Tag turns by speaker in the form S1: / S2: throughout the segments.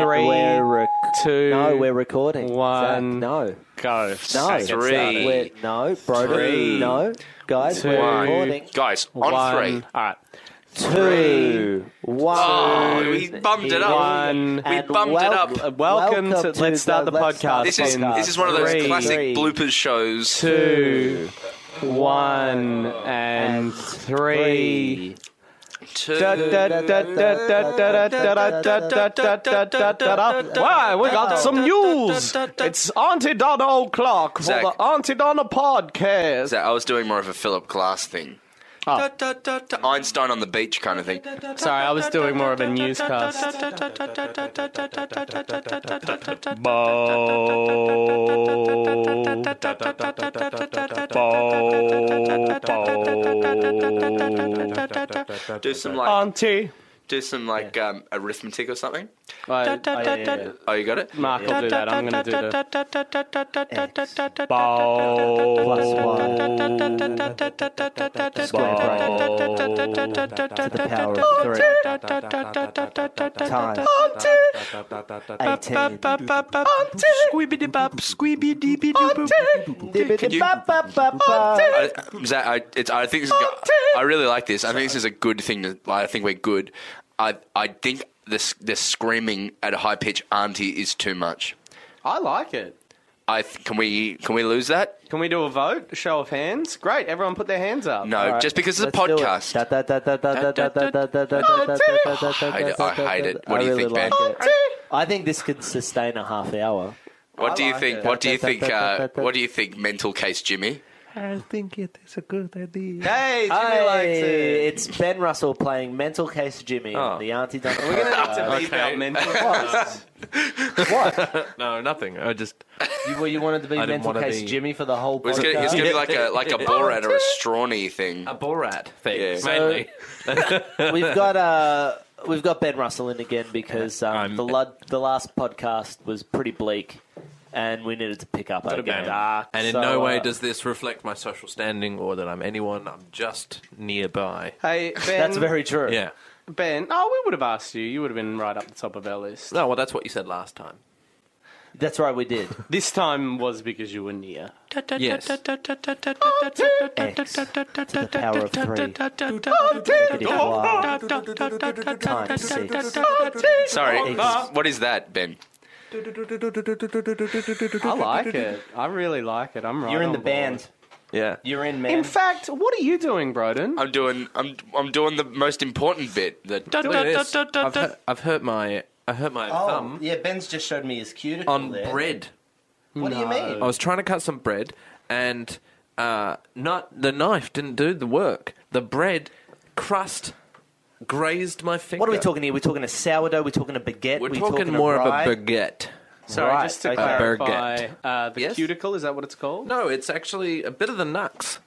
S1: Three,
S2: we're rec-
S1: two,
S2: no, we're recording.
S1: one.
S2: Zach, no.
S1: Go.
S2: No.
S1: Get
S3: Three.
S1: started.
S2: We're, no. Broden.
S3: Three.
S2: No. Guys, we
S1: Two.
S2: we're recording.
S3: Guys, on
S1: One.
S3: three.
S1: All right.
S2: Two. One.
S3: Oh, we bummed it up.
S1: One.
S3: We
S2: And
S3: bummed it up.
S2: welcome-
S1: Welcome to Let's Start the
S2: Let's Start
S1: Podcast
S3: This is
S1: Podcast.
S3: this is one of those
S1: Three.
S3: classic
S2: Three.
S3: bloopers shows.
S1: Two, one, and three.
S3: Two.
S1: Da, da, da, da, da, da, da, da, da, da, da, da, da, da, da. Why, we got some news. It's Auntie Donna O'Clock for
S3: Zach.
S1: the Auntie Donna podcast.
S3: That- I was doing more of a Philip Glass thing.
S1: Oh.
S3: Da, da, da, da. Einstein on the beach kind of thing.
S1: Sorry, I was doing more of a newscast.
S3: Do some like
S1: Auntie.
S3: do some like um, arithmetic or something.
S1: Right, oh, yeah, yeah, yeah.
S3: Oh, you got it.
S1: Mark will do that. I'm going to do the.
S2: Plus one. Square bracket. To the power of three. Times. Eighteen.
S1: Squeebity bop, squeebity boop.
S2: Dibbity bop, bop, bop, bop.
S3: I, Zach, I, it's, I think this is, go- I really like this. I think this is a good thing. To, like, I think we're good. I I think this the screaming at a high pitch auntie is too much.
S1: I like it.
S3: I th- can we can we lose that?
S1: Can we do a vote? A show of hands? Great. Everyone put their hands up.
S3: No, just because it's a
S2: Let's do it.
S3: podcast.
S2: Da- da- da- da- da- da- da- da- da- da- da- da- da- da- da-
S3: I hate it. I hate it. What
S2: I
S3: do you
S2: really
S3: think,
S2: like
S3: Ben?
S2: it. I think this could sustain a half hour.
S3: What do you
S1: like
S3: think?
S1: it.
S3: What do you think? Uh, what do you think? Mental case, Jimmy.
S2: I think it is a good idea.
S1: Hey, Jimmy likes it.
S2: It's Ben Russell playing Mental Case Jimmy,
S4: Oh.
S2: the Auntie Donna.
S1: We're going to have to beep
S4: Okay.
S1: out mental.
S2: what?
S4: No, nothing. I just
S2: You, well, you wanted to be
S4: didn't
S2: Mental
S4: wanna
S2: Case
S4: be-
S2: Jimmy for the whole
S3: It's gonna,
S2: podcast?
S3: it's gonna be like a like a Borat or a Strawny thing.
S4: a Borat thing
S3: Yeah. So-
S4: mainly.
S2: we've got uh, we've got Ben Russell in again because um,
S4: I'm-
S2: the lo- the last podcast was pretty bleak, and we needed to pick up again.
S1: dark.
S4: and in
S2: So,
S4: no way
S2: uh,
S4: does this reflect my social standing or that I'm anyone. I'm just nearby.
S1: Hey, Ben.
S2: That's very true.
S4: Yeah.
S1: Ben. Oh, we would have asked you. You would have been right up the top of our list.
S4: No, well, that's what you said last time.
S2: That's right. We did.
S1: This time was because you were near.
S4: Yes.
S2: X to the power of three. Negative y times six.
S3: Sorry, what is that, Ben?
S1: I like it. I really like it. I'm right.
S2: You're in
S1: on
S2: the band.
S1: board.
S4: Yeah.
S2: You're in, man.
S1: In fact, what are you doing, Broden?
S3: I'm doing I'm I'm doing the most important bit. The
S4: Look at this. I've, hurt, I've hurt my I hurt my
S2: oh,
S4: thumb
S2: yeah, Ben's just showed me his cuticle
S4: on
S2: there.
S4: bread.
S2: What do you mean?
S4: I was trying to cut some bread, and uh, not the knife didn't do the work. The bread crust grazed my finger.
S2: What are we talking here? We're talking a sourdough. We're talking a baguette.
S4: We're
S2: we
S4: talking, more
S2: rye?
S4: of a baguette.
S1: Sorry,
S2: Right,
S1: just to
S2: okay.
S1: clarify,
S4: Burgett.
S1: uh, the
S4: Yes?
S1: cuticle is that what it's called?
S4: No, it's actually a bit of the nux.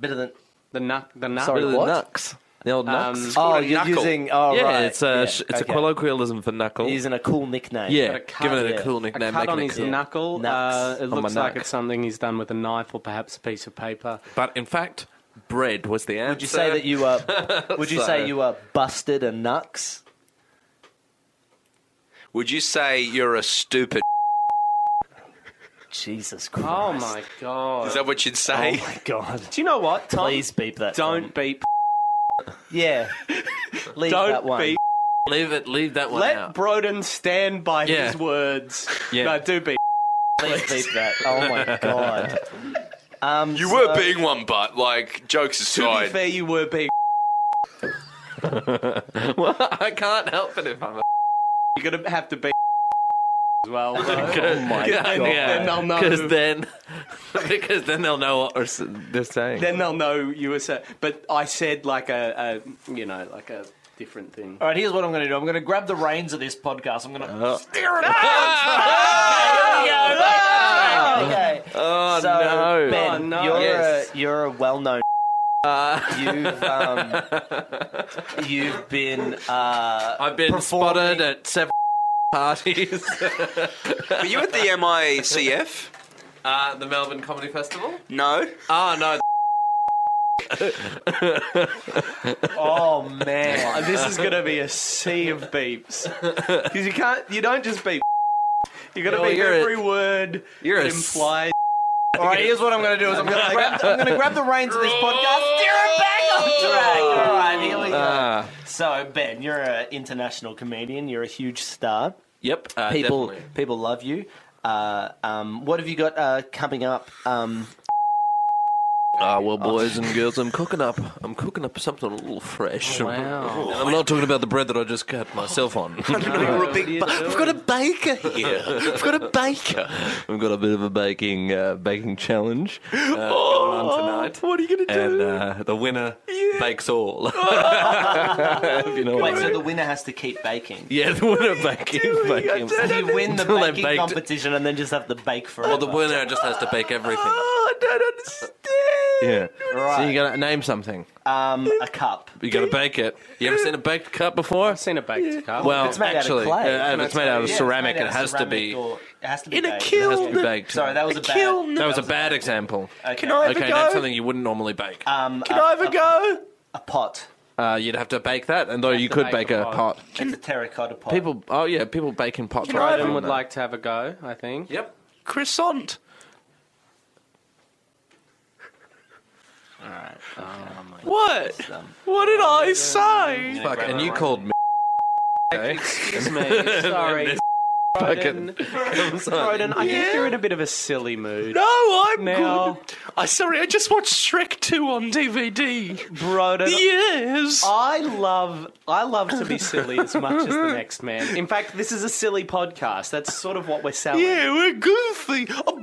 S2: bit of the.
S1: The nut. The nut.
S2: Sorry,
S4: bit of the
S2: what?
S4: nux. The old
S1: Um,
S4: nux.
S3: called
S2: Oh,
S3: a
S2: you're
S3: knuckle.
S2: using. Oh,
S4: yeah,
S2: right.
S4: it's a sh- it's a
S2: okay.
S4: colloquialism for knuckle.
S2: Using a cool nickname.
S4: yeah,
S1: got a
S4: giving it
S2: cut,
S4: a cool
S1: A
S4: nickname.
S1: cut on
S4: making it
S1: his
S4: cool.
S1: knuckle. Uh,
S2: Nuts.
S1: it
S4: my
S1: looks like
S4: knuck.
S1: it's something he's done with a knife or perhaps a piece of paper.
S4: But in fact, bread was the answer.
S2: Would you say that you were? Would you say
S4: So-
S2: you were busted a nux?
S3: Would you say you're a stupid?
S2: Jesus Christ!
S1: Oh my god!
S3: Is that what you'd
S2: Oh
S3: say?
S2: my God!
S1: Do you know what? Tom,
S2: Please beep that.
S1: don't beep.
S2: Yeah. Leave that
S1: Don't
S2: one.
S1: beep.
S4: leave it? Leave that one
S1: Let
S4: out.
S1: Broden stand by
S4: Yeah.
S1: his words.
S4: Yeah.
S1: No, do beep.
S2: Please beep that. Oh my God. Um,
S3: You
S2: so-
S3: were being one, but like jokes
S1: To be
S3: aside,
S1: fair, you were being.
S4: I can't help it if I'm. A
S1: You're gonna have to be as well.
S2: Oh my
S4: yeah,
S2: God.
S1: Then they'll know.
S4: Because then, because then they'll know what we're s- they're saying.
S1: Then they'll know you were. Sa- but I said like a, a, you know, like a different thing.
S2: All right, here's what I'm going to do. I'm going to grab the reins of this podcast. I'm going to.
S4: Oh.
S2: okay.
S4: Ah! oh
S2: Ah! So,
S4: no! uh,
S2: Ben,
S1: Oh, no.
S2: you're,
S1: Yes.
S2: a, you're a well-known. you've um, you've been uh,
S4: I've been
S2: performing-
S4: spotted at several parties.
S3: were you at the MICF?
S4: uh, the Melbourne Comedy Festival.
S3: No.
S4: Oh no!
S5: Oh man, this is gonna be a sea of beeps because you can't, you don't just beep. You gotta
S4: No,
S5: beep
S4: you're a-
S5: every word.
S4: you're
S5: that
S4: a s-
S5: implies. All right, here's what I'm gonna do: is I'm gonna grab, I'm gonna grab the reins of this podcast.
S2: Steer it back on track. All right, here we go.
S4: Ah,
S2: So Ben, you're an international comedian. You're a huge star.
S4: yep. Uh,
S2: People,
S4: definitely.
S2: people love you. Uh, um, what have you got uh, coming up? Um,
S4: Ah, well, boys and girls, I'm cooking up. I'm cooking up something a little fresh.
S1: Wow.
S4: And I'm not talking about the bread that I just cut myself on.
S1: You're a big
S4: I've got a baker here. I've got a baker. We've got a bit of a baking uh, baking challenge uh, going on tonight. What are you going to do? And uh, the winner bakes all. If you know what
S2: wait,
S4: I
S2: so
S4: mean.
S2: the winner has to keep baking.
S4: yeah, the winner baking baking.
S2: So you win the
S4: Until they
S2: baking
S4: baked-
S2: competition and then just have to bake forever.
S4: Well, the winner just has to bake everything.
S5: I don't understand.
S4: Yeah.
S2: Right.
S4: So you got to name something.
S2: um, a cup.
S4: You got to bake it. You ever seen a baked cup before?
S1: I've seen a baked cup.
S4: Well,
S2: It's made out of
S4: actually,
S2: clay.
S4: uh, if it's made out of ceramic. It has to be.
S2: Or, it has to be
S5: In a
S2: baked.
S4: It has to be
S5: kiln.
S4: baked.
S2: Sorry, that was a, bad.
S5: kiln.
S4: That was a bad example.
S2: Okay.
S5: Can I have
S4: Okay,
S5: a go?
S4: that's something you wouldn't normally bake.
S2: Um,
S5: Can
S2: a,
S5: I have a go?
S2: a pot.
S4: Uh, you'd have to bake that, and though you
S1: to
S4: could
S1: bake
S4: bake
S1: a
S4: a
S1: pot.
S4: pot.
S2: It's a terracotta pot.
S4: People, oh yeah, people bake in pots. right?
S1: Adam would like to have a go, I think.
S4: Yep.
S5: Croissant. What?
S2: Um,
S5: What did I say?
S4: Fuck, and you called me. Okay.
S1: Excuse me. Sorry. Croydon, Croydon, I think you're in a bit of a silly mood.
S5: No, I'm
S1: Now-
S5: good. I sorry, I just watched Shrek 2 on DVD.
S1: Broden,
S5: Yes.
S1: uh, I love I love to be silly as much as the next man. In fact, this is a silly podcast. That's sort of what we're selling.
S5: Yeah, we're goofy. A
S4: Oh,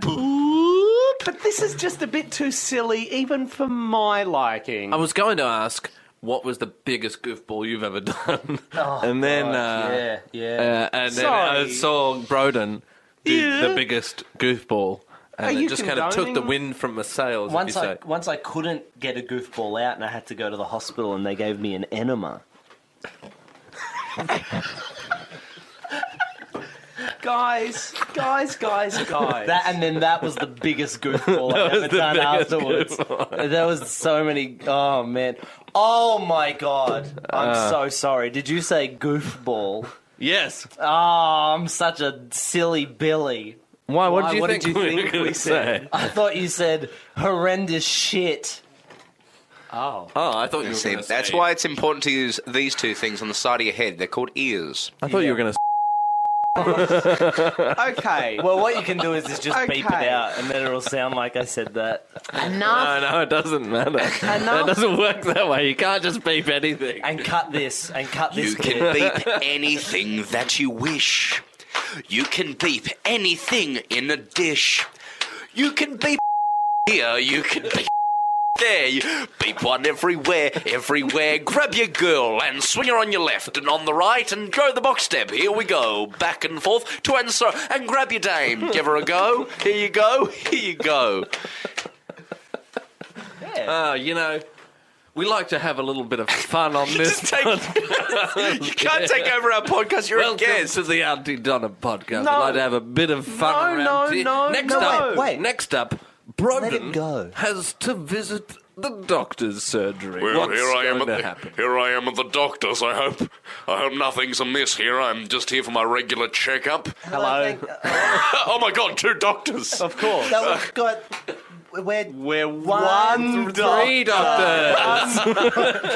S5: boop.
S1: But this is just a bit too silly, even for my liking.
S4: I was going to ask what was the biggest goofball you've ever done, and then uh,
S2: yeah, yeah.
S4: uh, and then I
S1: Sorry.
S4: saw Broden do
S5: Yeah.
S4: the biggest goofball, and
S1: Are
S4: it
S1: you
S4: just kind of took the
S1: condoning-
S4: wind from the sails. if
S2: once
S4: you
S2: I
S4: say.
S2: once I couldn't get a goofball out, and I had to go to the hospital, and they gave me an enema.
S1: guys, guys, guys, guys.
S2: That and then that was the biggest goofball I've ever done afterwards. There was so many. Oh man. Oh my god. I'm so sorry. Did you say goofball?
S4: Uh. yes.
S2: Oh, I'm such a silly Billy.
S4: Why? What
S1: Why,
S4: did you
S1: what
S4: think,
S1: did you
S4: we were
S1: think
S4: gonna
S1: we
S4: say?
S2: I thought you said horrendous shit.
S1: oh.
S4: Oh, I thought you were
S3: See,
S4: going to.
S3: that's why it's important to use these two things on the side of your head. They're called ears.
S4: I thought you were going to.
S1: Okay.
S2: Well, what you can do is just beep it
S1: Okay.
S2: out, and then it'll sound like I said that.
S4: No, no, it doesn't matter. That doesn't work that way. You can't just beep anything.
S2: And cut this. And cut this.
S3: You can beep anything that you wish. You can beep anything in a dish. You can beep here, you can beep there. You beep one everywhere, everywhere. Grab your girl and swing her on your left and on the right and go the box step. Here we go. Back and forth to and so. And grab your dame. Give her a go. Here you go. Here you go.
S4: Uh, you know, we like to have a little bit of fun on this.
S3: Just take, you can't take over our podcast. You're a
S4: Welcome
S3: guest.
S4: to the Auntie Donna podcast.
S1: No.
S4: We'd like to have a bit of
S1: No,
S4: fun. around
S1: no,
S4: here.
S1: no,
S4: Next
S1: no.
S4: up,
S2: Wait, wait.
S4: Next up,
S2: him go.
S4: Broden has to visit the doctor's surgery.
S6: Well,
S4: What's
S6: here I am.
S4: going
S6: At
S4: to
S6: the,
S4: happen?
S6: here I am at the doctor's. I hope, I hope nothing's amiss here. I'm just here for my regular checkup.
S1: Hello.
S6: oh my God, two doctors!
S1: Of course.
S2: No, we've got. We're,
S1: We're
S2: One
S1: one, dog.
S4: Three doctors,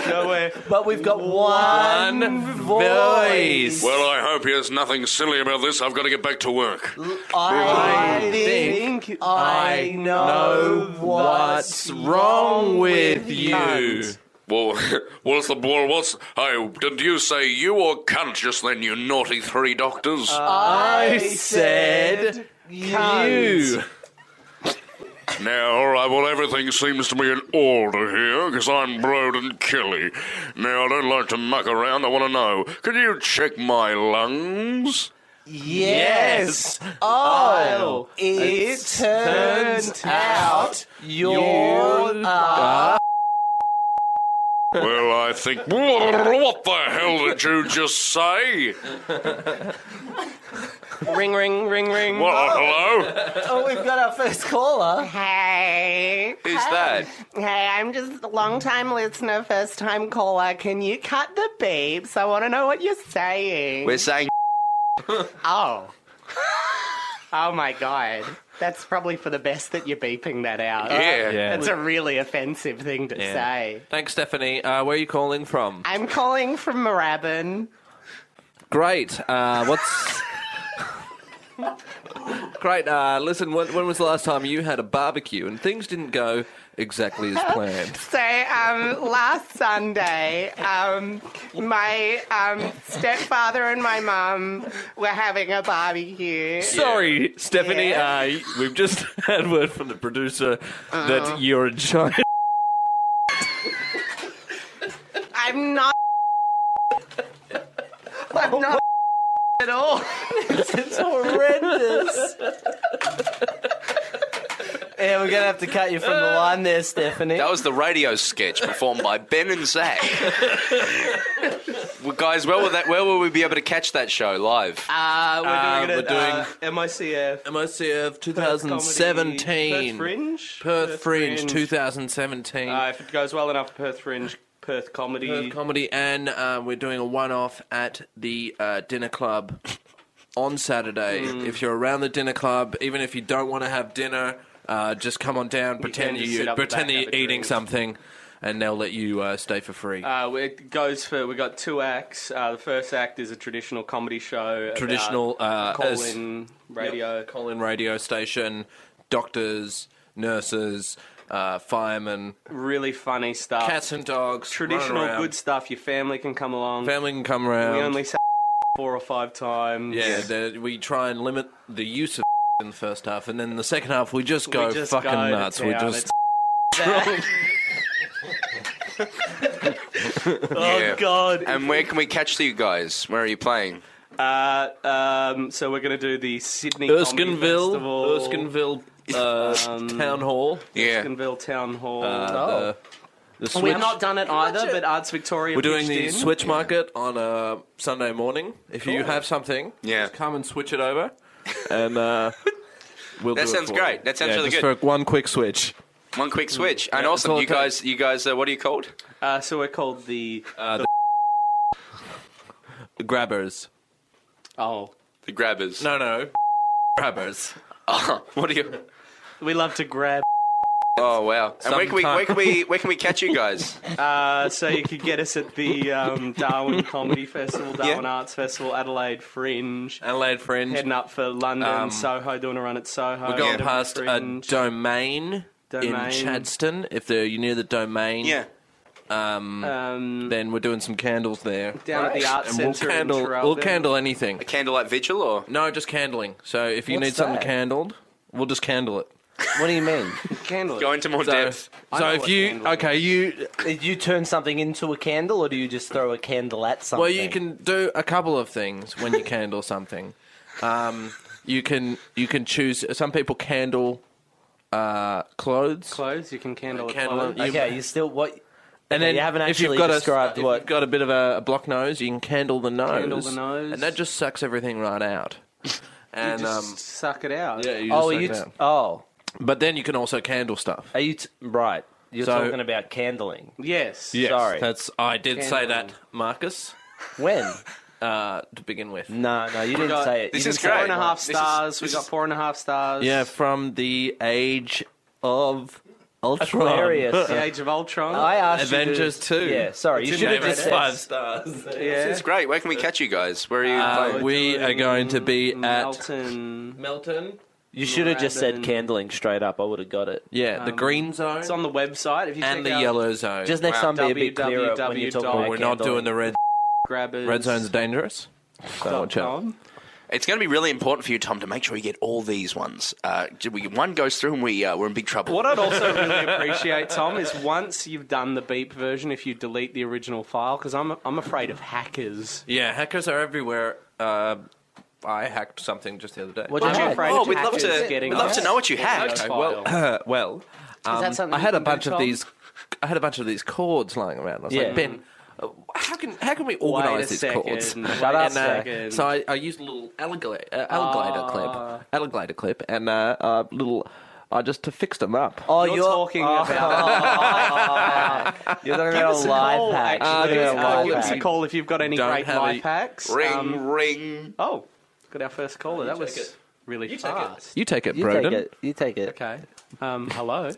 S1: No, we're
S2: but we've got one,
S4: one
S2: Uh, voice.
S4: voice.
S6: Well, I hope there's nothing silly about this. I've got to get back to work.
S2: I, think
S1: think
S2: I know
S4: know
S2: what's
S4: what's wrong with you?
S6: Well, what's the well? What's? I did you say you or cunt just then? You naughty three doctors!
S4: I said you.
S6: Now, all right, well, everything seems to be in order here, because I'm Broden Kelly. Now, I don't like to muck around. I want to know, can you check my lungs?
S2: yes. Oh, it turns out you're
S6: well, I think. What the hell did you just say?
S1: ring, ring, ring, ring.
S6: What, hello?
S2: Oh, we've got our first caller.
S7: Hey.
S4: Who's that?
S7: Hey, I'm just a long time listener, first time caller. Can you cut the beeps? I want to know what you're saying.
S4: We're saying
S7: Oh. oh my god. That's probably for the best that you're beeping that
S1: Uh,
S7: out.
S6: Yeah.
S7: That's a really offensive thing to
S4: Yeah.
S7: say.
S4: Thanks, Stephanie. Uh, where are you calling from?
S7: I'm calling from Moorabbin.
S4: Great. Uh, what's great? Uh, listen, when, when was the last time you had a barbecue and things didn't go exactly as planned?
S7: So um, last Sunday, um, my um, stepfather and my mum were having a barbecue.
S4: Sorry, Stephanie. Uh, we've just had word from the producer
S1: Uh-huh.
S4: that you're a giant.
S7: I'm not. I'm not at all.
S2: It's horrendous. yeah, we're gonna have to cut you from the line there, Stephanie.
S3: That was the radio sketch performed by Ben and Zach. well, guys, where will that? Where will we be able to catch that show live?
S4: Ah.
S1: Uh, we're doing
S4: we're
S1: it at uh, MICF.
S4: MOCF
S1: Comedy,
S4: 2017.
S1: Perth Fringe.
S4: Perth Fringe
S1: Fringe.
S4: 2017.
S1: Uh, if it goes well enough, Perth Fringe, Perth Comedy.
S4: Perth comedy, and uh, we're doing a one-off at the uh, dinner club on Saturday.
S1: Hmm.
S4: If you're around the dinner club, even if you don't want to have dinner, uh, just come on down. Pretend
S1: can just
S4: you
S1: sit up the
S4: pretend
S1: back,
S4: you're
S1: have a
S4: eating
S1: drink.
S4: something, and they'll let you uh, stay for free.
S1: Uh, it goes for we got two acts. Uh, the first act is a traditional comedy show.
S4: Traditional uh,
S1: call
S4: as-
S1: in radio.
S4: call-in radio station, doctors, nurses, uh, firemen,
S1: Really funny stuff.
S4: cats and dogs. running
S1: Uh, Traditional
S4: around.
S1: good stuff. Your family can come along.
S4: Family can come around.
S1: we only say four or five times.
S4: Yeah, that we try and limit the use of in the first half, and then the second half we just go
S1: We just
S4: fucking
S1: go to
S4: nuts. We
S1: town.
S4: just Oh,
S3: Yeah.
S1: God.
S3: And where can we catch you guys? Where are you playing?
S1: Uh, um, so we're gonna do the Sydney Comedy
S4: Erskineville,
S1: Festival,
S4: Erskineville uh, Town Hall.
S3: Yeah.
S1: Erskineville Town Hall.
S2: Oh.
S4: Uh, the, the switch.
S1: We've not done it either, but Arts Victoria.
S4: We're doing
S1: pitched
S4: the
S1: in.
S4: switch market on a Sunday morning. If you have something,
S3: Yeah.
S4: just come and switch it over, and uh, we'll.
S3: That
S4: do it
S3: sounds
S4: for
S3: great.
S4: you.
S3: That sounds
S4: yeah,
S3: really
S4: just
S3: good.
S4: For one quick switch.
S3: One quick switch. And
S4: Yeah,
S3: awesome.
S4: that's all
S3: You
S4: it takes.
S3: guys, you guys, uh, what are you called?
S1: Uh, so we're called the. uh,
S4: Grabbers.
S1: oh,
S3: The Grabbers.
S4: No, no. Grabbers.
S3: Oh, what are you?
S1: we love to grab.
S3: Oh wow. And where can we?
S4: Sometime.
S3: Where can we? Where can we catch you guys?
S1: Uh, so you could get us at the um, Darwin Comedy Festival, Darwin Arts Festival, Adelaide Fringe.
S4: Adelaide Fringe.
S1: Heading up for London,
S4: Um,
S1: Soho, doing a run at Soho.
S4: We're going
S1: Edinburgh
S4: past a
S1: Oh, Fringe.
S4: domain, in
S1: Domain.
S4: Chadston. If they're you near the domain,
S3: yeah.
S4: Um,
S1: um,
S4: then we're doing some candles there.
S1: down at the Arts
S4: and we'll
S1: Centre. in
S4: candle. We'll
S1: Traralgon.
S4: candle anything.
S3: Candlelight vigil or?
S4: No, just candling. So if you need something
S2: that?
S4: candled, we'll just candle it.
S2: What do you mean?
S1: Candle.
S3: Go into more
S4: So,
S3: depth.
S4: so if you okay, you
S2: Did Uh, you turn something into a candle, or do you just throw a candle at something?
S4: well, you can do a couple of things when you candle something. Um, you can you can choose. Some people candle uh, clothes.
S1: Clothes. You can candle. a
S4: Candle.
S1: clothes.
S4: You-
S2: Okay, you still what?
S4: And
S2: Yeah,
S4: then
S2: you haven't
S4: if
S2: actually
S4: you've got
S2: described
S4: a,
S2: what-
S4: If you've got a bit of a, a block nose, you can candle the nose.
S1: Candle the nose.
S4: And that just sucks everything right out. And
S1: Just
S4: um,
S1: suck it out.
S4: yeah, you just
S2: Oh,
S4: suck
S2: are you
S4: it
S2: t-
S4: out.
S2: oh,
S4: But then you can also candle stuff.
S2: are you t- right? You're
S4: So-
S2: talking about candling.
S1: Yes.
S2: Sorry.
S4: That's I did say
S1: Candling.
S4: that, Marcus.
S2: When?
S4: Uh, to begin with.
S2: No, no, you didn't
S1: got-
S2: say it.
S3: This
S2: you
S3: is
S2: didn't say
S3: great.
S1: Four and a half
S3: This is-
S1: stars.
S3: this
S1: we got
S3: is-
S1: four and a half stars.
S4: Yeah, from the age of Ultron.
S2: Aquarius.
S1: The Age of Ultron.
S3: Oh,
S2: I asked
S4: Avengers
S2: you to,
S4: 2.
S2: Yeah, sorry, you
S1: in
S2: should have
S1: there,
S2: just
S1: it's
S2: said.
S4: Five stars.
S1: yeah.
S3: It's great. Where can we catch you guys? Where are you
S4: Uh,
S3: playing?
S4: we are going to be at
S1: Mm, Melton.
S4: Melton.
S2: You should have just said
S1: Grabbing-
S2: candling straight up. I would have got it.
S4: Yeah, the green zone
S1: It's on the website. If you check
S4: and the
S1: out
S4: yellow zone.
S2: Just next
S3: Wow.
S2: time, be a bit clearer when you
S1: www.
S2: talk about
S1: Well,
S4: we're not doing the red.
S1: grabbers.
S4: Red zone's dangerous. So watch out.
S1: com.
S3: It's going to be really important for you, Tom, to make sure you get all these ones. Uh, do we, one goes through and we uh, we're in big trouble.
S1: What I'd also really appreciate, Tom, is once you've done the beep version, if you delete the original file, because I'm I'm afraid of hackers.
S4: Yeah, hackers are everywhere. Uh, I hacked something just the other day.
S2: What
S1: Aren't you
S2: Yeah.
S1: afraid
S3: Oh,
S1: of
S3: we'd love
S1: hackers
S3: to. We'd
S1: getting
S3: love to
S1: us?
S3: know what you hacked.
S1: Okay,
S4: well, well, um,
S2: something
S4: I
S2: you
S4: had a
S2: can do,
S4: bunch of
S2: Tom?
S4: these. I had a bunch of these cords lying around. I was
S2: Yeah.
S4: like, Ben, uh, how can how can we
S1: Wait a
S4: organise this
S1: second.
S4: chords?
S1: Wait a
S4: and, uh,
S1: second.
S4: so I, I used a little alligator, uh, alligator clip, alligator clip, and uh, uh, little. I just to fix them up.
S2: Oh,
S1: You're, talking about.
S2: You're talking
S1: Give
S2: about
S1: us a
S2: life
S1: call,
S2: hack.
S1: actually.
S4: Uh,
S1: Give us a
S4: yeah,
S1: call.
S4: life
S1: Give us a
S4: hack.
S1: call if you've got any
S4: Don't
S1: great
S4: have
S1: life
S4: a-
S1: hacks.
S3: Ring,
S1: Um,
S3: ring.
S1: oh, got our first caller. That was really fast.
S4: You take it,
S2: You
S4: Broden.
S2: take it. You take it.
S1: Okay. Um, hello.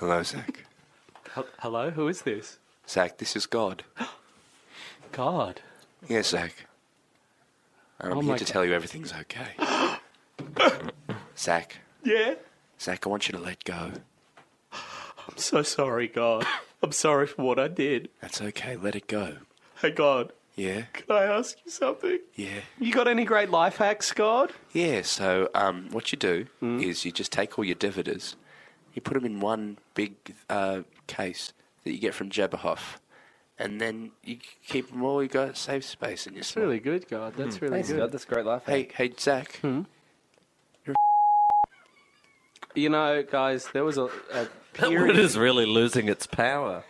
S8: Hello, Zach.
S1: H- hello. Who is this?
S8: Zach, this is God.
S1: God.
S8: Yes, Zach. And I'm
S1: Oh my
S8: here to
S1: God.
S8: tell you everything's okay. Zach. Yeah? Zach, I want you to let go.
S1: I'm so sorry, God. I'm sorry for what I did.
S8: That's okay, let it go.
S1: Hey, God.
S8: Yeah?
S1: Can I ask you something?
S8: Yeah.
S1: You got any great life hacks, God?
S8: Yeah, so um, what you do
S1: Mm.
S8: is you just take all your dividends, you put them in one big uh, case that you get from Jabberhoff, and then you keep them all, you got save space in your small-
S1: Really good, God. That's really good.
S2: That's great life hack.
S8: Hey, hey, Zach.
S1: You know, guys, there was a, a
S4: It
S1: period.
S4: is really losing its power,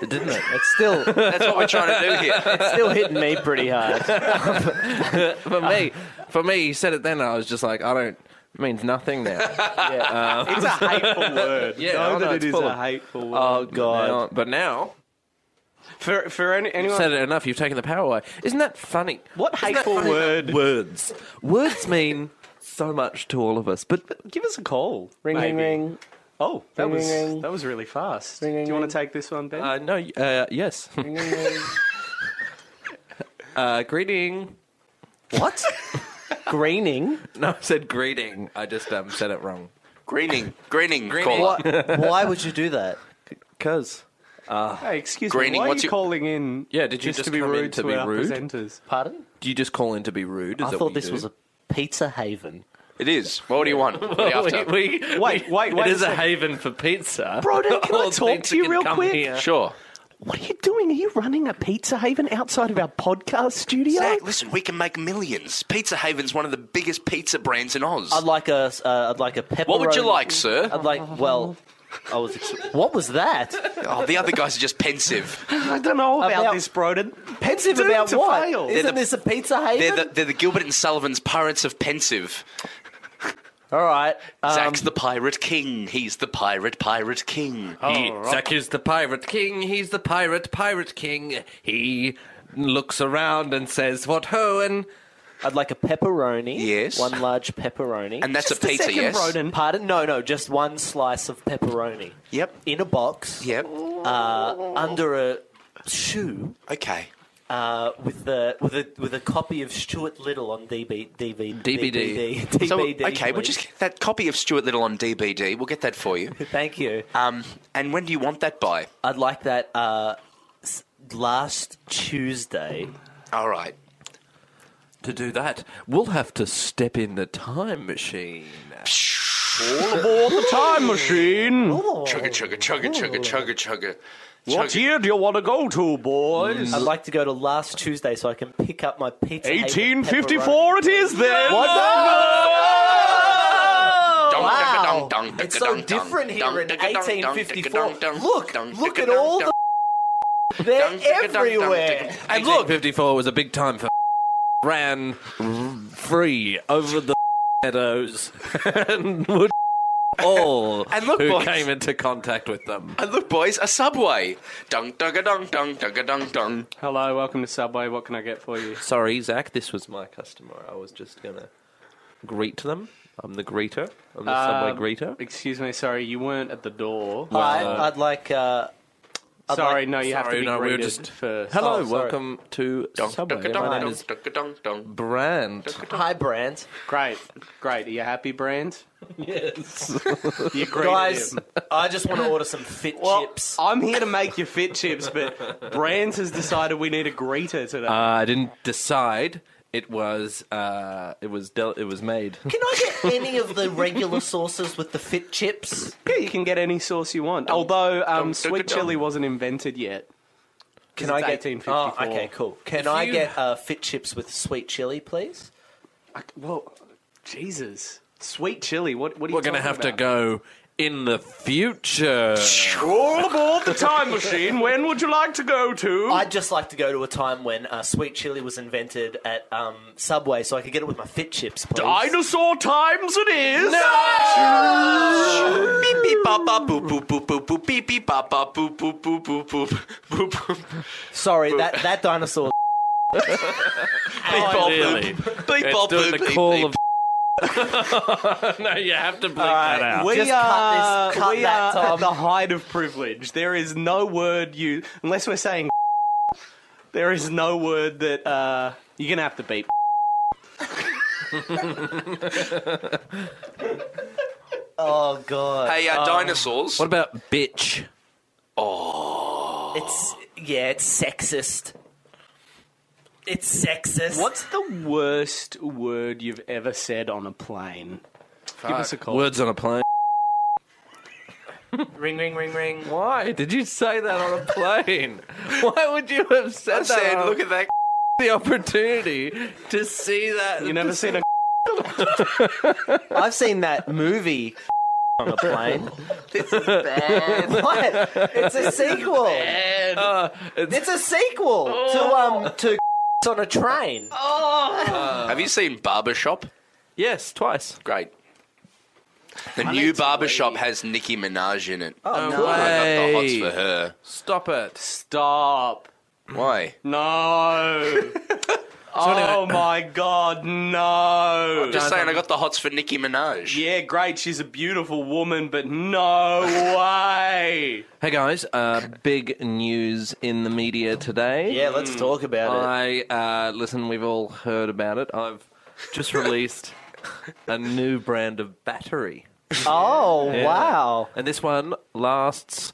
S4: didn't it?
S2: It's still, it's
S8: That's what we're trying to do here.
S2: still hitting me pretty hard.
S4: For me, for me, he said it then. and I was just like, I don't. It means nothing now.
S1: it's a hateful word.
S4: Yeah,
S1: know
S4: I
S1: that
S4: know,
S1: it
S4: it's
S1: is
S4: full
S1: a
S4: of-
S1: hateful word.
S4: oh God! but now
S1: for for any,
S4: you've
S1: anyone
S4: said it enough. You've taken the power away. Isn't that funny?
S1: What
S4: Isn't that
S1: hateful
S4: funny?
S1: word?
S4: Words. Words mean so much to all of us. But, but
S1: Give us a call.
S2: Ring, ring,
S1: maybe.
S2: ring.
S1: Oh, that
S2: Ring,
S1: was
S2: ring, ring.
S1: that was really fast.
S2: Ring, ring,
S1: Do you want
S2: ring.
S1: to take this one, Ben?
S4: uh, no. Uh, yes.
S2: Ring, ring, ring.
S4: Uh, greeting.
S2: What? Greening?
S4: No, I said greeting. I just um, said it wrong.
S8: greening, greening,
S4: Greening.
S8: caller.
S2: What? Why would you do that?
S4: Cause
S1: hey, excuse me.
S8: Greening,
S1: Why are
S8: what's
S1: you
S8: your-
S1: calling in?
S4: Yeah, did you just
S1: to be
S4: come in
S1: rude
S4: to be
S1: our
S4: rude?
S1: presenters?
S2: Pardon?
S4: do you just call in to be rude? Is
S2: I
S4: that
S2: thought
S4: what you
S2: this
S4: do?
S2: was a pizza haven.
S8: It is. Well, what do you want? What are you after?
S4: we,
S1: Wait, wait, wait.
S4: it is a haven for pizza.
S1: Broden, can I
S4: All
S1: talk
S4: pizza
S1: to you
S4: can
S1: real
S4: come
S1: quick?
S4: here.
S8: Sure.
S1: What are you doing? Are you running a pizza haven outside of our podcast studio?
S3: Zach,
S1: Exactly.
S3: listen, we can make millions. Pizza Haven's one of the biggest pizza brands in Oz.
S2: I'd like a, s- uh, I'd like a pepperoni.
S3: what would you like, sir?
S2: I'd like. Well, I was. Ex- what was that?
S3: Oh, the other guys are just pensive.
S1: I don't know about,
S2: About-
S1: this, Broden.
S2: Pensive
S1: Doomed
S2: about
S1: to
S2: what?
S1: fail.
S2: Isn't
S3: They're the-
S2: this a pizza
S3: They're
S2: haven?
S3: the, they're the Gilbert and Sullivan's Pirates of Pensive.
S2: All right. Um,
S3: Zach's the Pirate King. He's the Pirate Pirate King.
S4: He, Zack is the pirate king. He's the pirate pirate king. He looks around and says, "What ho!" and
S2: I'd like a pepperoni.
S3: Yes.
S2: One large pepperoni.
S3: And that's
S1: Just
S3: a pizza,
S1: second,
S3: yes?
S1: Broden.
S2: Pardon? No, no, just one slice of pepperoni
S3: Yep.
S2: in a box
S3: Yep.
S2: uh, under a shoe
S3: Okay.
S2: uh, with the with a with a copy of Stuart Little on DB, DVD
S4: DVD.
S2: DVD.
S3: So, okay, we'll
S2: please.
S3: just get that copy of Stuart Little on DBD. We'll get that for you.
S2: Thank you.
S3: Um, and when do you want that by?
S2: I'd like that uh, s- last Tuesday.
S3: All right.
S4: to do that, we'll have to step in the time machine.
S1: Aboard the time machine.
S6: Chugga, chugga, chugga, chugga, chugga, chugga.
S1: What year do you want to go to, boys?
S4: Mm.
S2: I'd like to go to last Tuesday so I can pick up my pizza. Haven
S1: 1854 it is then.
S2: pepperoni. What? Oh,
S6: Dun,
S2: Wow.
S6: dun, dun, dun,
S2: It's
S6: dun,
S2: so
S6: dun,
S2: different
S6: dun,
S2: here in
S6: dun, dun, dun, dun,
S2: 1854.
S6: dun, dun,
S2: Look,
S6: dun,
S2: look
S6: dun,
S2: at
S6: dun,
S2: all
S6: dun,
S2: the They're
S6: dun, dun, dun,
S2: everywhere.
S4: And look, 54 was a big time for ran free over the meadows and would all
S3: And look,
S4: who
S3: boys.
S4: came into contact with them.
S3: And Oh, look, boys, a subway. Dung, dugga, dung, dung, dugga, dung, dung.
S1: Hello, welcome to Subway. What can I get for you?
S4: Sorry, Zach, this was my customer. I was just gonna greet them. I'm the greeter. I'm the
S1: Um,
S4: subway greeter.
S1: Excuse me, sorry, you weren't at the door.
S2: I, I'd like. Uh, I'd
S1: sorry,
S2: like-
S1: no, you have to
S4: Sorry,
S1: be
S4: no, we were
S1: greeted
S4: just-
S1: first.
S4: Hello,
S2: sorry.
S4: welcome to
S6: Dun,
S4: Subway.
S6: dugga, dun,
S4: My name
S6: dun,
S4: is
S6: dugga, dun, dun.
S4: Brand.
S2: Hi, Brand.
S1: Great, great. Are you happy, Brand?
S4: Yes.
S1: You greeted
S2: Guys,
S1: him.
S2: I just want to order some fit
S1: Well,
S2: chips.
S1: I'm here to make your fit chips, but Brands has decided we need a greeter today.
S4: Uh, I didn't decide. It was. Uh, it was. Del- it was made.
S2: Can I get any of the regular sauces with the fit chips?
S1: yeah, you can get any sauce you want. Although um, sweet chili wasn't invented yet.
S2: Can
S1: it's
S2: I get
S1: 1854.
S2: Oh, okay, cool. Can
S4: If
S2: I
S4: you-
S2: get uh, fit chips with sweet chili, please?
S1: Well, Jesus, sweet chili. What? What are you
S4: We're gonna
S1: talking
S4: have to
S1: about?
S4: go in the future.
S1: All aboard the time machine. When would you like to go to?
S2: I'd just like to go to a time when uh, sweet chili was invented at um, Subway, so I could get it with my fit chips. Please.
S1: Dinosaur times it is.
S8: Beep beep bop bop boop boop boop boop boop beep beep bop bop boop boop boop boop boop boop boop.
S2: Sorry, that that dinosaur. Oh,
S4: Really?
S8: Beep
S4: It's
S8: bop
S4: doing the
S8: boop beep
S4: call
S8: beep.
S4: of. no, you have to bleep that out.
S1: We
S2: Just
S1: are,
S2: cut this- cut
S1: we
S2: that,
S1: are
S2: Tom.
S1: at the height of privilege. There is no word you, unless we're saying, there is no word that uh, you're gonna have to beep.
S2: Oh god,
S8: Hey,
S3: Um,
S8: uh, dinosaurs.
S4: What about bitch?
S2: it's yeah, it's sexist. It's sexist.
S1: What's the worst word you've ever said on a plane? Give us a call.
S4: Words on a plane.
S2: Ring ring ring ring.
S4: Why did you say that on a plane? Why would you have said that?
S8: Said,
S4: on
S8: look at that.
S4: the opportunity to see that.
S1: You never seen a
S2: I've seen that movie on a plane. What? It's a sequel.
S4: Uh, it's-
S2: It's a sequel to um to
S8: Oh.
S2: on a train.
S8: Have you seen Barbershop?
S4: yes, twice.
S8: Great. The new Barbershop has Nicki Minaj in it.
S2: Oh,
S8: I got the hots
S4: Hey.
S8: for her.
S4: Stop it.
S1: stop.
S8: Why?
S1: No. oh my god, no.
S8: Just saying, I got the hots for Nicki Minaj.
S1: yeah, great. She's a beautiful woman, but no way.
S4: Hey guys, uh, big news in the media today.
S2: Yeah, let's talk about it.
S4: I uh, listen. We've all heard about it. I've just released a new brand of battery,
S2: Oh wow,
S4: and this one lasts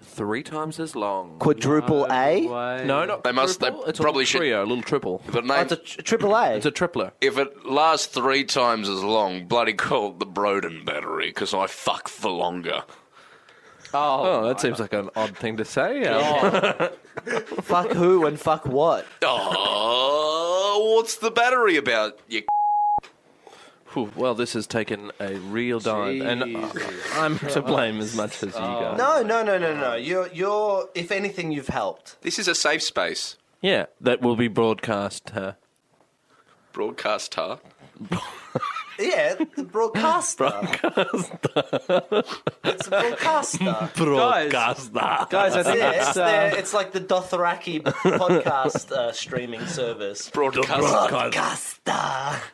S4: three times as long.
S2: quadruple A.
S4: No, not
S8: They must-
S4: triple.
S8: they
S4: it's a
S8: probably
S4: little
S8: should-
S4: trio, a little triple.
S8: But name,
S2: It's a tr- triple A.
S4: It's a tripler.
S8: if it lasts three times as long, bloody call it the Broden battery, because I fuck for longer.
S4: Oh, that seems like an odd thing to say. Uh,
S2: fuck who and fuck what?
S8: Oh, what's the battery about? You
S4: phew, well, this has taken a real dive, and uh, I'm to blame as much as you guys.
S2: No, no, no, no, no. You're you're. If anything, you've helped.
S8: This is a safe space.
S4: Yeah, that will be broadcast. Uh,
S8: Broadcast tar.
S2: Yeah, the broadcaster. broadcaster. it's a broadcaster.
S4: broadcast that.
S1: Guys, I think
S2: Yeah, it's,
S1: that's
S2: their,
S1: uh,
S2: it's like the Dothraki podcast uh, streaming service.
S8: Broadcast.
S2: Broadcaster.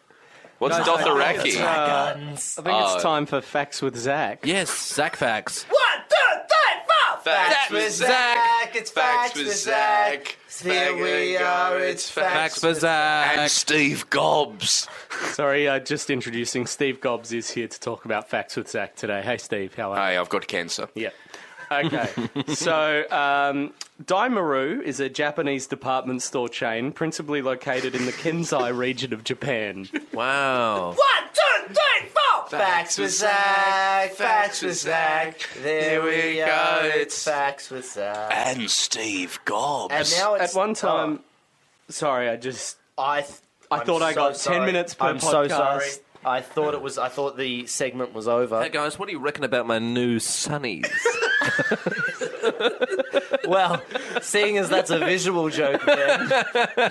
S8: What's Dothraki?
S2: Dragons.
S1: I think it's time for facts with Zach.
S4: Yes, Zach Facts.
S2: One, two, three, four.
S8: Facts with Zach.
S2: It's
S8: Facts with Zach.
S2: Here we are. It's facts.
S4: Facts for
S8: And
S4: Zach.
S8: Steve Gobbs.
S1: Sorry, uh, just introducing Steve Gobbs is here to talk about facts with Zach today. Hey, Steve, how are you?
S8: Hey, I've got cancer.
S1: Yeah. Okay. so, um, Daimaru is a Japanese department store chain principally located in the Kensai region of Japan.
S4: Wow.
S2: One, two, three, four. Facts with Zach. Facts with Zach. There we go. It's facts with Zach.
S8: And Steve Gobbs.
S2: And now
S1: At
S2: Oh, it's Oh,
S1: one time, sorry, I just
S2: I th-
S1: I
S2: I'm
S1: thought I
S2: so
S1: got 10
S2: sorry.
S1: minutes per
S2: I'm so
S1: podcast.
S2: sorry. I thought it was. I thought the segment was over.
S4: Hey guys, what do you reckon about my new sunnies?
S2: well, seeing as that's a visual joke, man,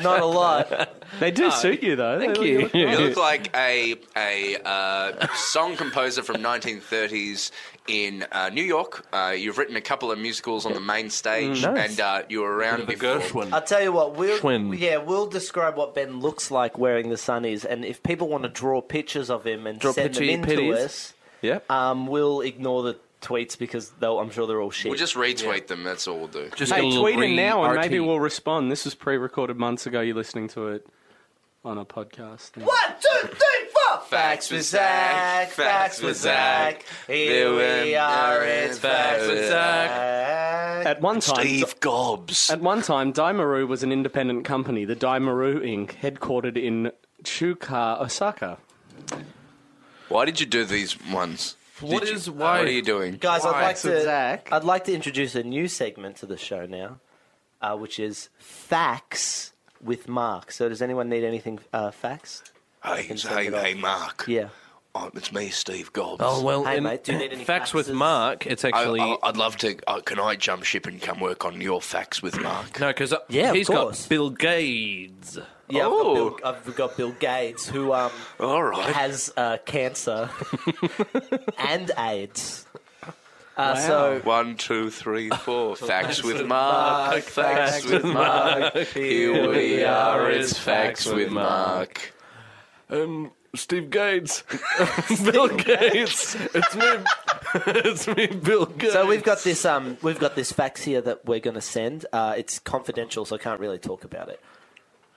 S2: not a lot.
S1: they do suit you though. Thank you.
S8: You look like a a uh, song composer from 1930s in uh, New York. Uh, you've written a couple of musicals on the main stage,
S4: Nice.
S8: and uh, you were around before.
S2: I'll tell you what. We'll
S4: Schwinn.
S2: yeah, we'll describe what Ben looks like wearing the sunnies, and if people want to draw pictures of him and
S4: Draw
S2: send them
S4: pitchy
S2: in to
S4: pitties.
S2: us,
S4: Yep.
S2: um, we'll ignore the tweets because though I'm sure they're all shit.
S8: We'll just retweet them. That's all we'll do.
S4: Just
S1: Hey,
S4: a little
S1: tweet it now and
S4: re-
S1: maybe
S4: RT.
S1: we'll respond. This was pre-recorded months ago. You're listening to it on a podcast.
S2: One, two, three, four.
S8: Facts with Zach, facts with Zach.
S2: Here we are. It's facts with
S4: Zach.
S2: Zach.
S1: At one time,
S8: Steve Gobbs.
S1: At one time, Daimaru was an independent company, the Daimaru Inc., headquartered in Chuka, Osaka.
S8: Why did you do these ones?
S4: What
S8: Did you-
S4: is- why-
S8: What are you doing?
S2: Guys, I'd like
S1: So
S2: to.
S1: Zach-
S2: I'd like to introduce a new segment to the show now, uh, which is facts with Mark. So, does anyone need anything uh, facts?
S8: Hey,
S2: send
S8: hey,
S2: it off.
S8: hey, Mark.
S2: Yeah.
S3: Oh, it's me, Steve Gobbs.
S4: Oh well,
S2: Hey,
S4: in
S2: mate, do you need any
S4: facts with
S2: faxes?
S4: Mark, it's
S3: I,
S4: actually
S3: I, I'd love to. Uh, can I jump ship and come work on your facts with Mark?
S4: no, because
S2: Yeah, of
S4: he's got
S2: course.
S4: Bill Gates.
S2: Yeah, I've
S3: Oh.
S2: got, Bill, I've got Bill Gates who um
S3: All right.
S2: has uh, cancer and AIDS. Uh, So
S8: One, two, three, four. Facts with Mark. Facts with Mark. Here we are. It's Facts with Mark.
S4: Um, Steve Gates, Bill Gates. It's me. it's me, Bill Gates.
S2: So we've got this um we've got this fax here that we're going to send. Uh, it's confidential, so I can't really talk about it.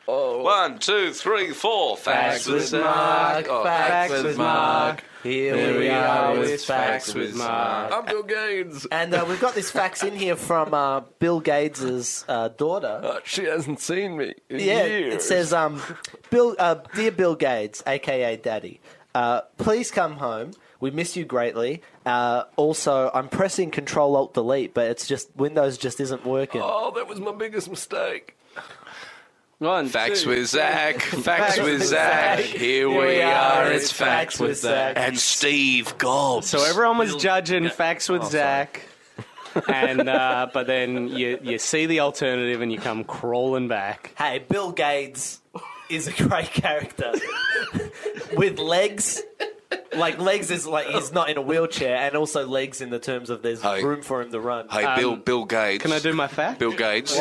S8: One, two, three, four. Facts with Mark. Oh, Facts with Mark.
S2: Here we are with facts with
S8: Mark.
S4: I'm Bill Gates.
S2: And uh, we've got this fax in here from uh, Bill Gates' uh, daughter.
S4: Uh, she hasn't seen me. In
S2: Yeah,
S4: years.
S2: it says, um, Bill, uh, dear Bill Gates, aka Daddy, uh, please come home. We miss you greatly. Uh, also, I'm pressing Control Alt Delete, but it's just Windows just isn't working.
S4: "Oh, that was my biggest mistake."
S1: One,
S8: Facts
S1: two,
S8: with Zach. Facts with
S2: with
S8: Zach. Here we are. It's Facts with Zach.
S3: And Steve Gobbs.
S1: So everyone was judging facts
S8: Oh,
S1: with Zach, and uh, but then you you see the alternative and you come crawling back.
S2: Hey, Bill Gates is a great character with legs. Like legs is like he's not in a wheelchair, and also legs in the terms of there's
S8: Hey.
S2: room for him to run.
S8: Hey, Bill. Bill Gates.
S1: Can I do my fact?
S8: Bill Gates,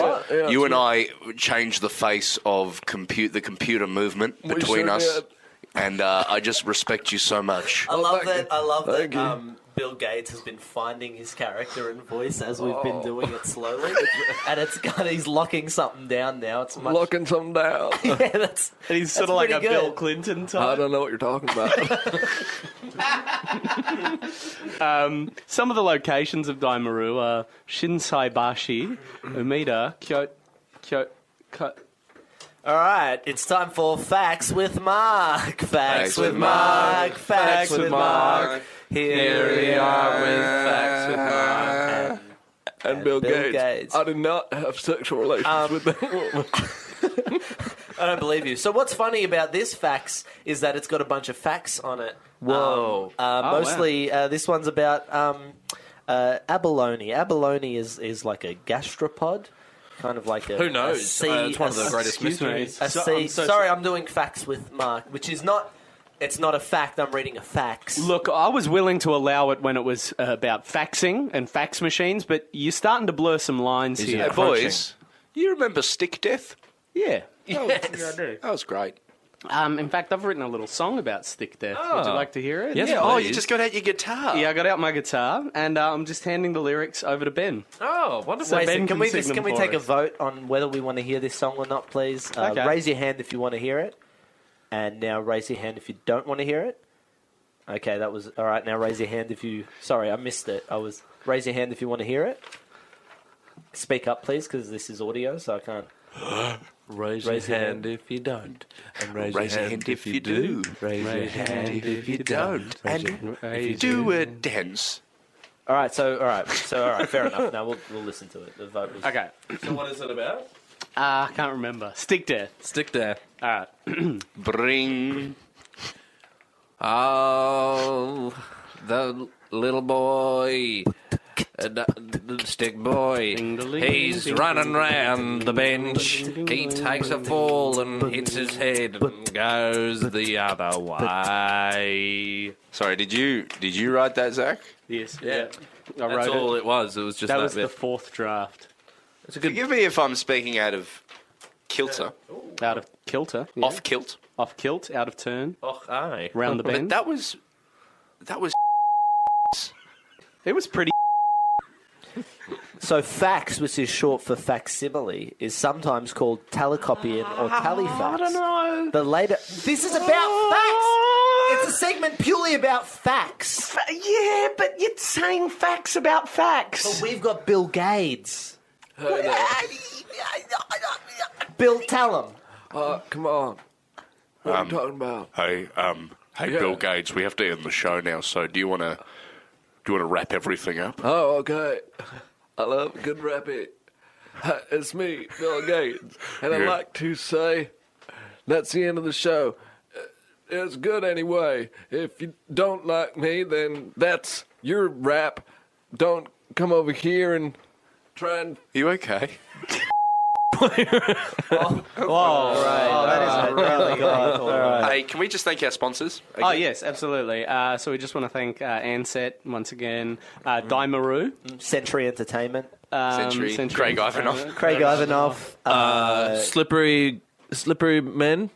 S8: you and I changed the face of compute the computer movement between
S4: sure
S8: us,
S4: did.
S8: and uh, I just respect you so much.
S2: I love that. I love that.
S4: Thank you.
S2: Um, Bill Gates has been finding his character and voice as we've been doing it slowly, and it's got he's locking something down now. It's much.
S4: Locking something down.
S2: yeah, that's
S1: And he's sort
S2: That's
S1: of like a
S2: pretty
S1: Bill
S2: good.
S1: Clinton type.
S4: I don't know what you're talking about.
S1: Some of the locations of Daimaru are Shinsaibashi, Umeda, Kyoto. Kyo- Kyo-
S2: all right. It's time for facts with Mark. Facts, with, Mark. Facts with Mark. Here we are with facts with Mark. And
S4: and Bill,
S2: Bill
S4: Gates.
S2: Gates.
S4: I did not have sexual relations with Um, that woman.
S2: I don't believe you. So what's funny about this fax is that it's got a bunch of facts on it.
S4: Oh,
S2: Whoa! uh, mostly, uh, this one's about um, uh, abalone. Abalone is is like a gastropod, kind of like a
S4: Who knows?
S2: A sea,
S4: Uh, it's one of the
S2: a-
S4: greatest um,
S1: Excuse me.
S4: mysteries.
S2: a
S1: So-
S2: sea-
S1: I'm so-
S2: sorry, I'm doing facts with Mark, which is not. It's not a fact. I'm reading a fax.
S1: Look, I was willing to allow it when it was uh, about faxing and fax machines, but you're starting to blur some lines here.
S8: Hey, boys, you remember Stick Death?
S1: Yeah.
S8: That was great.
S1: Um, in fact, I've written a little song about stick death. Would you like to hear it?
S4: Yes,
S1: Yeah.
S8: Oh,
S4: please.
S8: you just got out your guitar.
S1: Yeah, I got out my guitar and uh, I'm just handing the lyrics over to Ben.
S4: Oh, wonderful.
S1: So
S2: Wait, a
S1: Ben
S2: second,
S1: can
S2: can we
S1: sing
S2: just
S1: them
S2: can we
S1: for
S2: take a
S1: us.
S2: vote on whether we want to hear this song or not, please? Uh,
S1: Okay.
S2: Raise your hand if you want to hear it, and now raise your hand if you don't want to hear it. Okay, that was all right. Now raise your hand if you. Sorry, I missed it. I was raise your hand if you want to hear it. Speak up, please, because this is audio, so I can't.
S4: Raise,
S2: Raise
S4: your
S2: your
S4: hand if you don't. And raise,
S8: Raise your hand if you do.
S4: Raise your hand if you
S8: Don't and do a dance.
S2: All right, so all right, so all right, fair enough. Now we'll we'll listen to it. The vote was
S1: Okay.
S4: So what is it about?
S1: Uh, I can't remember. Stick death.
S4: Stick there.
S1: All right.
S8: Bring.
S4: Oh, the little boy. Uh, d- d- stick boy. He's running round the bench. He takes a ball and hits his head and goes the other way.
S8: Sorry, did you did you write that, Zach?
S1: Yes. Yeah. I
S4: That's
S1: wrote
S4: all
S1: it.
S4: it was. It was just
S1: That
S4: that,
S1: was the
S4: bit.
S1: fourth draft
S4: it's a good
S8: Forgive me if I'm speaking out of kilter,
S1: out of kilter. Yeah.
S8: off kilt.
S1: off kilt, out of turn,
S4: Oh, aye.
S1: round the
S8: But
S1: bend.
S8: that was that was
S1: it was pretty.
S2: So fax, which is short for facsimile, is sometimes called telecopying or tallyfax. I don't know. The later. This is about facts. It's a segment purely about facts.
S1: Uh, Yeah, but you're saying facts about facts.
S2: We've got Bill Gates. Bill, tell him.
S4: Oh, come on. What are you talking about?
S6: Hey, um, hey,
S4: Yeah.
S6: Bill Gates, we have to end the show now. So do you want to do you want to wrap everything up?
S4: Oh, okay. I love good rapping. Hi, It's me, Bill Gates, and I'd
S6: Yeah.
S4: like to say that's the end of the show. Uh,
S9: It's good anyway. If you don't like me, then that's your rap. Don't come over here and try and.
S8: You okay?
S4: Oh,
S8: Hey, can we just thank our sponsors?
S1: Oh, yes, absolutely. Uh, so we just want to thank uh, Ansett once again, uh,
S4: Mm.
S1: Daimaru,
S2: Century Entertainment.
S1: um,
S8: Century,
S1: Century
S8: Craig
S1: Entertainment.
S8: Ivanov.
S2: Craig Ivanov. Uh,
S4: Slippery, slippery men.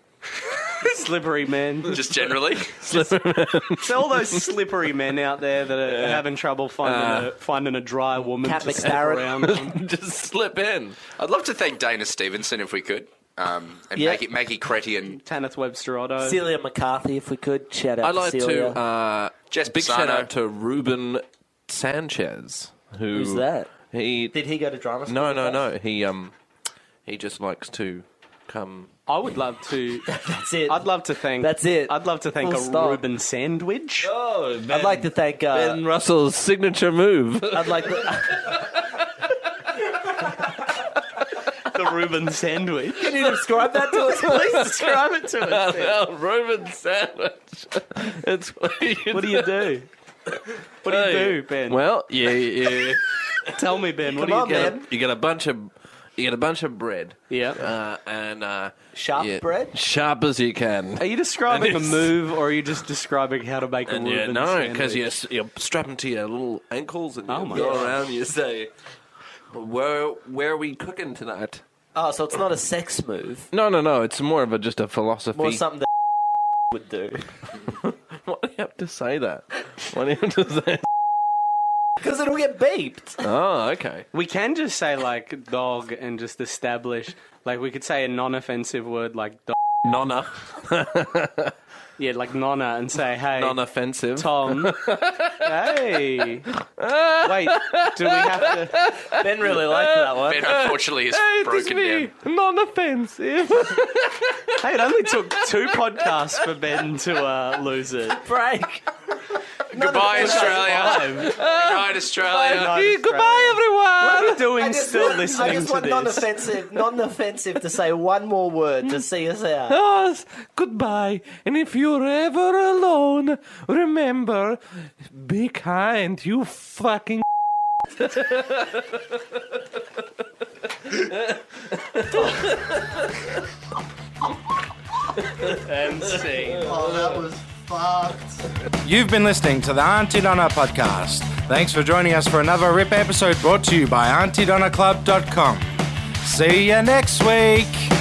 S1: Slippery men.
S8: Just generally.
S1: It's all those slippery men out there that are having trouble finding,
S4: Uh.
S1: a, finding a dry woman
S2: Cat
S1: to step
S2: McStarrett.
S1: around on.
S8: just slip in. I'd love to thank Dana Stevenson if we could. Um, and
S2: Yeah.
S8: Maggie, Maggie Cretty and
S1: Tanith Webster Otto.
S2: Celia McCarthy, if we could. Shout out
S4: I'd like
S2: to
S4: to
S2: Celia.
S4: uh,
S8: Jess
S4: big shout
S8: Pisano.
S4: out to Ruben Sanchez. Who,
S2: Who's that?
S4: He
S2: Did he go to drama school?
S4: no
S2: with
S4: no
S2: us?
S4: no. He um he just likes to come.
S1: I would love to.
S2: That's it.
S1: I'd love to thank.
S2: That's it.
S1: I'd love to thank
S2: Full
S1: a
S2: stop.
S1: Reuben sandwich.
S4: Oh,
S2: I'd like to thank. Uh,
S4: Ben Russell's signature move.
S2: I'd like to.
S1: the Reuben sandwich.
S2: Can you describe that to us, please?
S1: Describe it to us.
S4: Well, Reuben sandwich. It's what you
S1: What do you do? What do you do, Ben?
S4: Well, yeah, yeah.
S1: Tell me, Ben. What do
S2: Come
S1: you
S2: on,
S1: do?
S2: man.
S4: get a, you get a bunch of you get a bunch of bread.
S1: Yeah.
S4: Uh, and uh,
S2: Sharp
S4: yeah,
S2: bread?
S4: sharp as you can.
S1: Are you describing a move, or are you just describing how to make a
S4: And
S1: Reuben
S4: yeah, no,
S1: sandwich?
S4: because you're, you're strapping to your little ankles and you
S1: Oh my
S4: go
S1: God.
S4: around and you say, where, where are we cooking tonight?
S2: Oh, so it's not a sex move.
S4: No, no, no. It's more of a just a philosophy.
S2: More something that would do.
S4: Why do you have to say that? Why do you have to say
S2: Because it'll get beeped.
S4: Oh, okay.
S1: We can just say like dog and just establish like we could say a non-offensive word like dog.
S4: Nonna.
S1: Yeah, like nonna and say hey
S4: Non-offensive.
S1: Tom. hey. Wait, do we have to?
S2: Ben really liked that one.
S8: Ben, unfortunately, is broken down.
S4: Non-offensive.
S1: Hey, it only took two podcasts for Ben to uh, lose it.
S2: Break.
S8: Goodbye, Australia.
S1: Five.
S8: Goodbye, Australia.
S1: Goodbye,
S4: everyone.
S1: What are you doing?
S2: just
S1: Still
S2: want- I
S1: listening
S2: just
S1: to
S2: want
S1: this?
S2: non-offensive, non-offensive to say one more word to see us out.
S4: Us. Goodbye. And if you're ever alone, remember, be kind. You fucking.
S10: You've been listening to the Auntie Donna podcast. Thanks for joining us for another RIP episode brought to you by AuntieDonnaClub.com. See you next week.